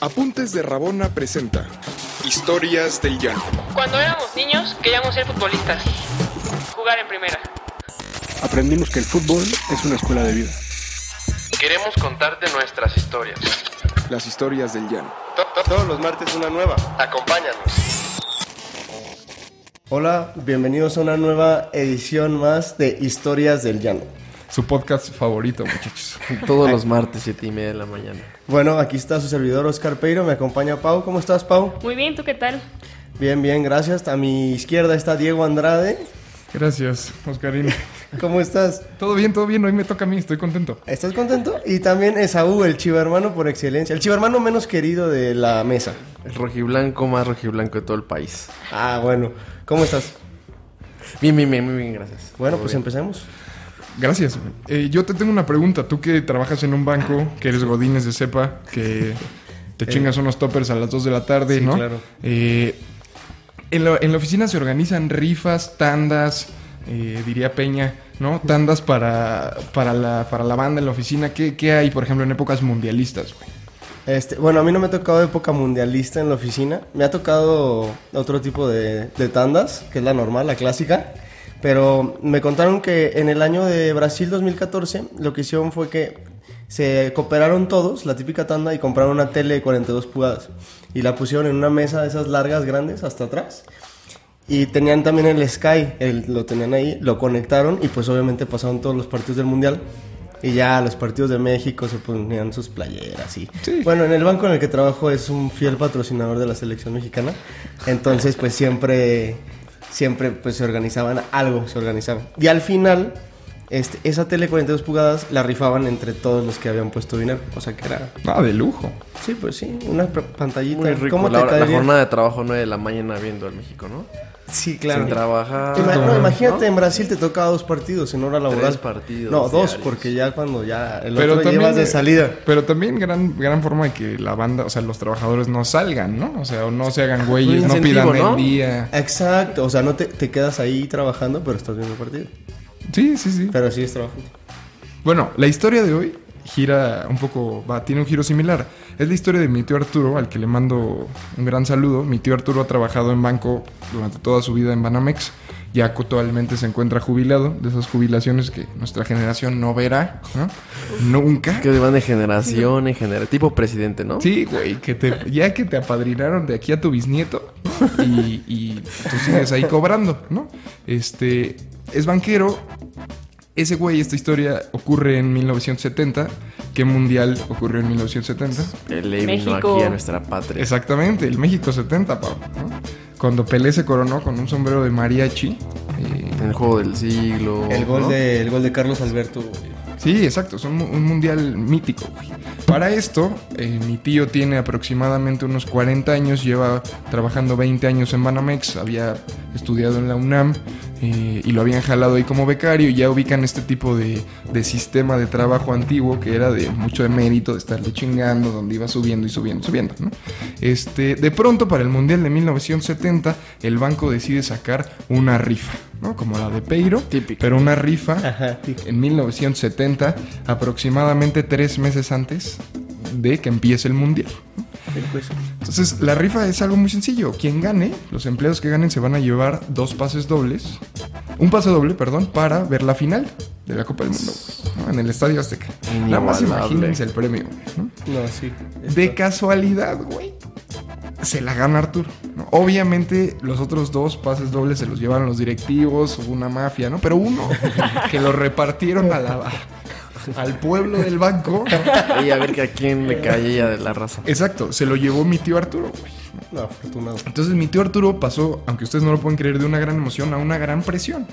Apuntes de Rabona presenta Historias del Llano. Cuando éramos niños queríamos ser futbolistas, jugar en primera. Aprendimos que el fútbol es una escuela de vida. Queremos contarte nuestras historias. Las historias del Llano. Top, top. Todos los martes una nueva. Acompáñanos. Hola, bienvenidos a una nueva edición más de Historias del Llano. Su podcast favorito, muchachos. Todos los martes, siete y media de la mañana. Bueno, aquí está su servidor Oscar Peiro, me acompaña Pau. ¿Cómo estás, Pau? Muy bien, ¿tú qué tal? Bien, bien, gracias. A mi izquierda está Diego Andrade. Gracias, Oscarín. ¿Cómo estás? Todo bien, todo bien. Hoy me toca a mí, estoy contento. ¿Estás contento? Y también Esaú, el chivermano por excelencia, el chivermano menos querido de la mesa. El rojiblanco más rojiblanco de todo el país. Ah, bueno. ¿Cómo estás? Bien, bien, bien, muy bien, gracias. Bueno, Todo pues bien. empecemos. Gracias. Eh, yo te tengo una pregunta. Tú que trabajas en un banco, que eres Godines de cepa, que te chingas unos toppers a las 2 de la tarde, Eh. sí, ¿no? claro. Eh, en, la, en la oficina se organizan rifas, tandas, eh, diría Peña, ¿no? Tandas para, para, la, para la banda en la oficina. ¿Qué, qué hay, por ejemplo, en épocas mundialistas, güey? Este, bueno, a mí no me ha tocado época mundialista en la oficina. Me ha tocado otro tipo de, de tandas, que es la normal, la clásica. Pero me contaron que en el año de Brasil 2014 lo que hicieron fue que se cooperaron todos, la típica tanda, y compraron una tele de 42 pulgadas. Y la pusieron en una mesa de esas largas, grandes, hasta atrás. Y tenían también el Sky, el- lo tenían ahí, lo conectaron y pues obviamente pasaron todos los partidos del Mundial. Y ya los partidos de México se ponían sus playeras y... Bueno, en el banco en el que trabajo es un fiel patrocinador de la selección mexicana. Entonces pues siempre, siempre pues se organizaban algo, se organizaban. Y al final, este, esa tele 42 pulgadas la rifaban entre todos los que habían puesto dinero. O sea que era... Ah, de lujo. Sí, pues sí, una pr- pantallita. Muy rico. ¿Cómo te la, la caería? jornada de trabajo 9 de la mañana viendo al México, ¿no? Sí, claro. Sin trabajar. Ima- no, ¿no? imagínate, en Brasil te toca dos partidos en hora laboral. Tres partidos No, dos, diarios. porque ya cuando ya el otro llevas de eh, salida. Pero también gran, gran forma de que la banda, o sea, los trabajadores no salgan, ¿no? O sea, o no se hagan güeyes, no Pues incentivo, pidan el ¿no? día. Exacto, o sea, no te, te quedas ahí trabajando, pero estás viendo el partido. Sí, sí, sí. Pero sí es trabajo. Bueno, la historia de hoy gira un poco, va, tiene un giro similar. Es la historia de mi tío Arturo, al que le mando un gran saludo. Mi tío Arturo ha trabajado en banco durante toda su vida en Banamex. Ya actualmente se encuentra jubilado, de esas jubilaciones que nuestra generación no verá, ¿no? Nunca. Que van de generación en generación. Tipo presidente, ¿no? Sí, güey, que te, ya que te apadrinaron de aquí a tu bisnieto y, y tú sigues ahí cobrando, ¿no? Este, es banquero. Ese güey, esta historia ocurre en 1970. ¿Qué mundial ocurrió en 1970? El himno México. aquí a nuestra patria. Exactamente, el México 70, Pau. ¿no? Cuando Pelé se coronó con un sombrero de mariachi. eh, El juego del siglo. El gol, ¿no? de, el gol de Carlos Alberto. Sí, exacto, es un, mu- un mundial mítico, güey. Para esto, eh, mi tío tiene aproximadamente unos 40 años, lleva trabajando 20 años en Banamex, había estudiado en la UNAM eh, y lo habían jalado ahí como becario y ya ubican este tipo de, de sistema de trabajo antiguo que era de mucho mérito, de estarle chingando, donde iba subiendo y subiendo y subiendo, ¿no? Este, de pronto, para el Mundial de 1970, el banco decide sacar una rifa, ¿no? Como la de Peiro, Típico. pero una rifa Ajá, sí. en 1970, aproximadamente tres meses antes de que empiece el mundial. Entonces, la rifa es algo muy sencillo. Quien gane, los empleados que ganen se van a llevar dos pases dobles, un pase doble, perdón, para ver la final de la Copa del Mundo güey, ¿no? en el Estadio Azteca. Nada más Inigualable. imagínense el premio. güey, ¿no? No, sí. De casualidad, güey. Se la gana Arturo. ¿no? Obviamente, los otros dos pases dobles se los llevaron los directivos, hubo una mafia, ¿no? Pero uno que lo repartieron a la, al pueblo del banco. ¿no? Y a ver que a quién le caía de la raza. Exacto, se lo llevó mi tío Arturo, güey. No, afortunado. Entonces mi tío Arturo pasó, aunque ustedes no lo pueden creer, de una gran emoción a una gran presión.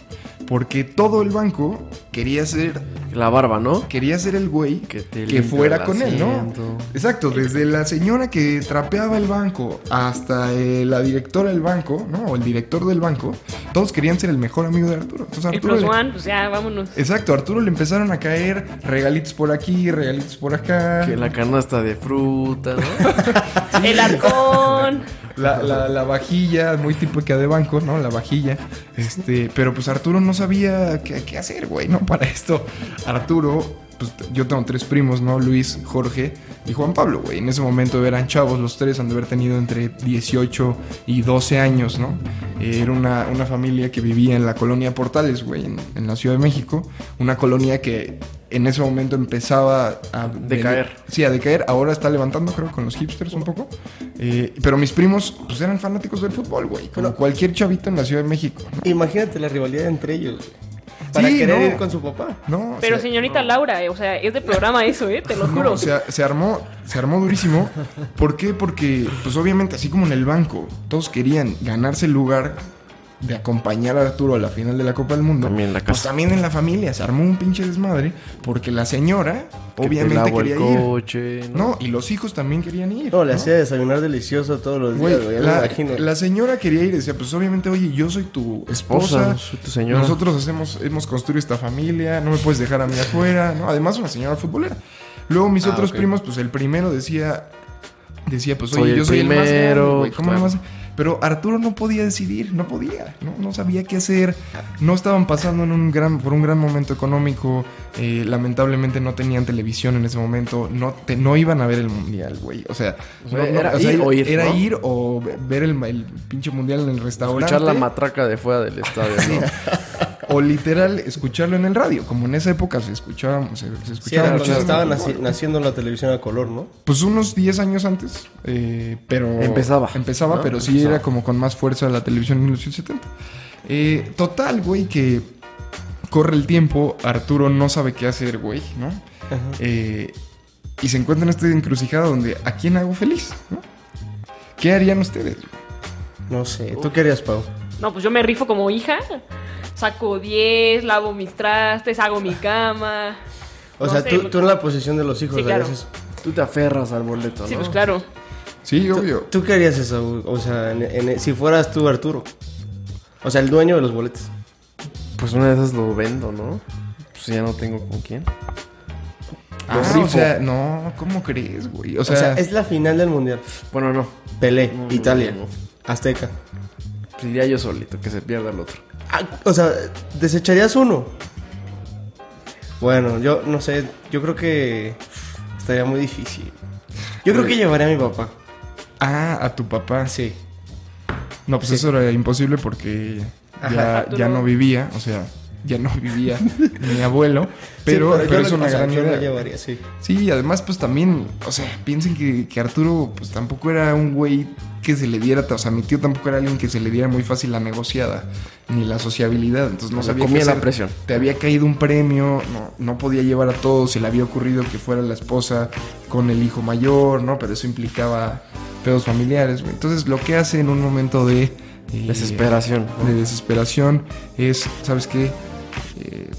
Porque todo el banco quería ser La barba, ¿no? quería ser el güey Que que, te limpia fuera el con él, ¿no? asiento. Exacto, desde la señora que trapeaba el banco hasta eh, la directora del banco, ¿no? O el director del banco, todos querían ser el mejor amigo de Arturo. Ah, Entonces, El Arturo Plus le- One, pues ya, vámonos. Exacto, a Arturo le empezaron a caer regalitos por aquí, regalitos por acá. Que la canasta de fruta, ¿no? El arcón. La, la- la vajilla, muy típica de banco, ¿no? La vajilla. Este, pero pues Arturo no sabía qué, qué hacer, güey, ¿no? Para esto, Arturo pues, yo tengo tres primos, ¿no? Luis, Jorge y Juan Pablo, güey. En ese momento eran chavos, los tres han de haber tenido entre 18 y 12 años, ¿no? Eh, Era una, una familia que vivía en la colonia Portales, güey, en, en la Ciudad de México. Una colonia que en ese momento empezaba a... Decaer. Sí, a decaer. Ahora está levantando, creo, con los hipsters un poco. Eh, pero mis primos, pues eran fanáticos del fútbol, güey. Como cualquier chavito en la Ciudad de México, ¿no? Imagínate la rivalidad entre ellos. güey. Para Sí, querer no. ir con su papá. No, o Pero sea, señorita Laura, eh, o sea, es de programa eso, ¿eh? Te lo No, juro. o sea, se armó, se armó durísimo. ¿Por qué? Porque, pues obviamente, así como en el banco, todos querían ganarse el lugar de acompañar a Arturo a la final de la Copa del Mundo. También en la Pues casa. también en la familia se armó un pinche desmadre porque la señora, Que obviamente, pelaba quería el ir. coche. No, y los hijos también querían ir. No, le ¿no? hacía desayunar delicioso todos los Güey, días, güey. ya me la, imagino. la señora quería ir y decía, pues obviamente, oye, yo soy tu esposa, Esposa, soy tu señora. nosotros hacemos, hemos construido esta familia, no me puedes dejar a mí afuera, ¿no? Además, una señora futbolera. Luego mis Ah, otros primos, pues el primero decía, decía, pues oye, Soy el yo soy el más grande, primero, pues, güey, ¿cómo claro. le vas a- Pero Arturo no podía decidir, no podía, no, no sabía qué hacer, no estaban pasando en un gran, por un gran momento económico, eh, lamentablemente no tenían televisión en ese momento, no, te- no iban a ver el mundial, güey, o sea, no- no, Era o sea, ir o ir, era ¿no? ir o ver el, el pinche mundial en el restaurante. Escuchar la matraca de fuera del estadio, ¿no? O literal, escucharlo en el radio. Como en esa época se escuchaba, Sí, se, se era escuchaba cuando muchísimo. estaban naci- naciendo la televisión a color, ¿no? Pues unos 10 años antes, eh, pero... Empezaba, Empezaba, ¿no? pero sí Empezaba. era como con más fuerza la televisión en 1970. Eh, total, güey, que corre el tiempo, Arturo no sabe qué hacer, güey, ¿no? Eh, y se encuentra en esta encrucijada donde, ¿a quién hago feliz? ¿no? ¿Qué harían ustedes? No sé. ¿Tú qué harías, Pau? No, pues yo me rifo como hija. Saco 10, lavo mis trastes, hago mi cama. O No sea, sé, tú, lo- tú en la posición de los hijos Sí, claro. harías eso. Tú te aferras al boleto, ¿no? Sí, pues claro. Sí, obvio. ¿Tú qué harías eso? O sea, en- en- si fueras tú, Arturo. O sea, el dueño de los boletos. Pues una de esas lo vendo, ¿no? Pues ya no tengo con quién. Ah, rifo. o sea, no, ¿cómo crees, güey? O O sea, sea, Ah. es la final del mundial. Bueno, no. Pelé, No, no, Italia, no. Azteca. Pues iría yo solito, que se pierda el otro. Ah, o sea, ¿desecharías uno? Bueno, yo no sé. Yo creo que estaría muy difícil. Yo creo que llevaría a mi papá. ah, a tu papá. Sí. No, pues eso era imposible porque ya, ya no vivía, o sea, ya no vivía mi abuelo, pero, Sí, pero, yo es lo- una o sea, gran yo lo idea. llevaría, sí. Sí, y además pues también, o sea, piensen que, que Arturo pues tampoco era un güey que se le diera, o sea, mi tío tampoco era alguien que se le diera muy fácil la negociada, ni la sociabilidad, entonces no Le sabía qué comía la hacer. presión. Te había caído un premio, no, no podía llevar a todos, se le había ocurrido que fuera la esposa con el hijo mayor, ¿no? Pero eso implicaba pedos familiares, güey. Entonces lo que hace en un momento de... eh, Desesperación. ¿no? de desesperación es, ¿sabes qué? Eh,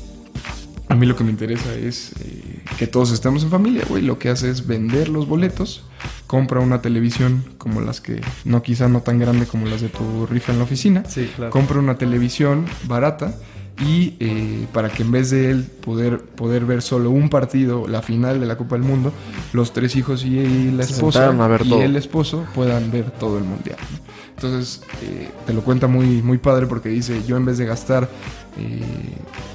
a mí lo que me interesa es eh, que todos estemos en familia, güey. Lo que hace es vender los boletos, compra una televisión como las que, no quizá no tan grande como las de tu rifa en la oficina. Sí, claro. Compra una televisión barata y eh, para que en vez de él poder, poder ver solo un partido, la final de la Copa del Mundo, los tres hijos y, y la Se esposa sentaron a ver y todo. el esposo puedan ver todo el mundial. ¿no? Entonces, eh, te lo cuenta muy, muy padre porque dice, yo en vez de gastar... eh,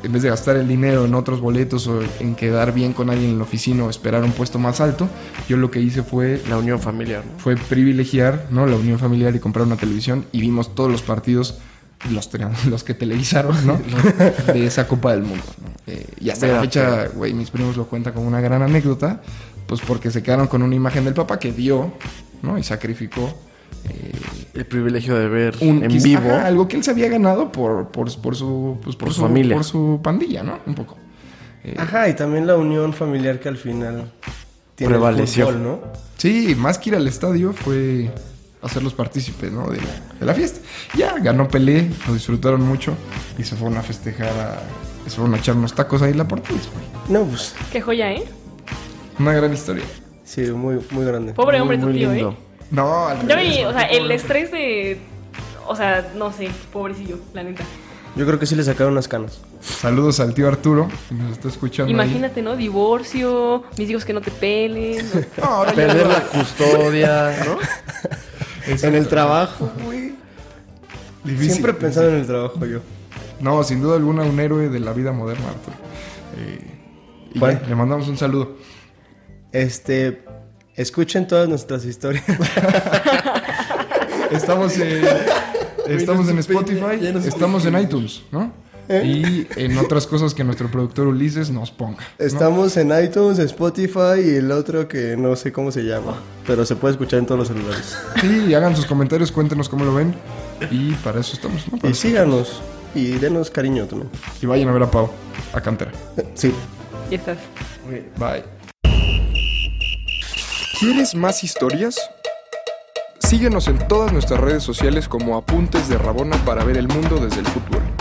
en vez de gastar el dinero en otros boletos o en quedar bien con alguien en la oficina o esperar un puesto más alto, yo lo que hice fue La unión familiar, ¿no? fue privilegiar ¿no? la unión familiar y comprar una televisión y vimos todos los partidos, los, te- los que televisaron, ¿no? de esa Copa del Mundo. ¿no? Eh, y hasta la Vea, fecha, güey, mis primos lo cuentan como una gran anécdota, pues porque se quedaron con una imagen del papá que dio ¿no? y sacrificó eh, El privilegio de ver un, en quiz- vivo. ajá, algo que él se había ganado por, por, por su, pues, Por su su familia. Por su pandilla, ¿no? Un poco. Eh, Ajá, y también la unión familiar que al final tiene el Prevaleció. fútbol, ¿no? Sí, más que ir al estadio fue hacerlos partícipes, ¿no? De la, de la fiesta. Ya, ganó Pelé, lo disfrutaron mucho y se fueron a festejar a... Se fueron a echar unos tacos ahí en la Portuguesa, güey. No, pues Qué joya, ¿eh? Una gran historia. sí, muy, muy grande. Pobre hombre muy tu tío, lindo. ¿eh? No, al Ya revés, vi, o güey, sea, qué el pobre. estrés de. O sea, no sé, pobrecillo, la neta. Yo creo que sí le sacaron unas canas. Saludos al tío Arturo, que nos está escuchando ahí. Imagínate, ¿no? Divorcio, mis hijos que no te pelen. ¿no? No, ahora ya Perder no. la custodia, ¿no? En el trabajo, güey. Difícil. Siempre he pensado en el trabajo yo. No, sin duda alguna un héroe de la vida moderna, Arturo. Eh, Y Bueno. ya, le mandamos un saludo. Este, escuchen todas nuestras historias. Estamos en, estamos en Spotify, ya ¿Eh? no supe. estamos en iTunes, ¿no? Y en otras cosas que nuestro productor Ulises nos ponga. ¿no? Estamos en iTunes, Spotify y el otro que no sé cómo se llama, pero se puede escuchar en todos los celulares. Sí, y hagan sus comentarios, cuéntenos cómo lo ven. Y para eso estamos, ¿no? Para Y eso. síganos y denos cariño también. Y vayan a ver a Pau, a Cantera. Sí. Y estás. Bye. ¿Quieres más historias? Síguenos en todas nuestras redes sociales como Apuntes de Rabona para ver el mundo desde el fútbol.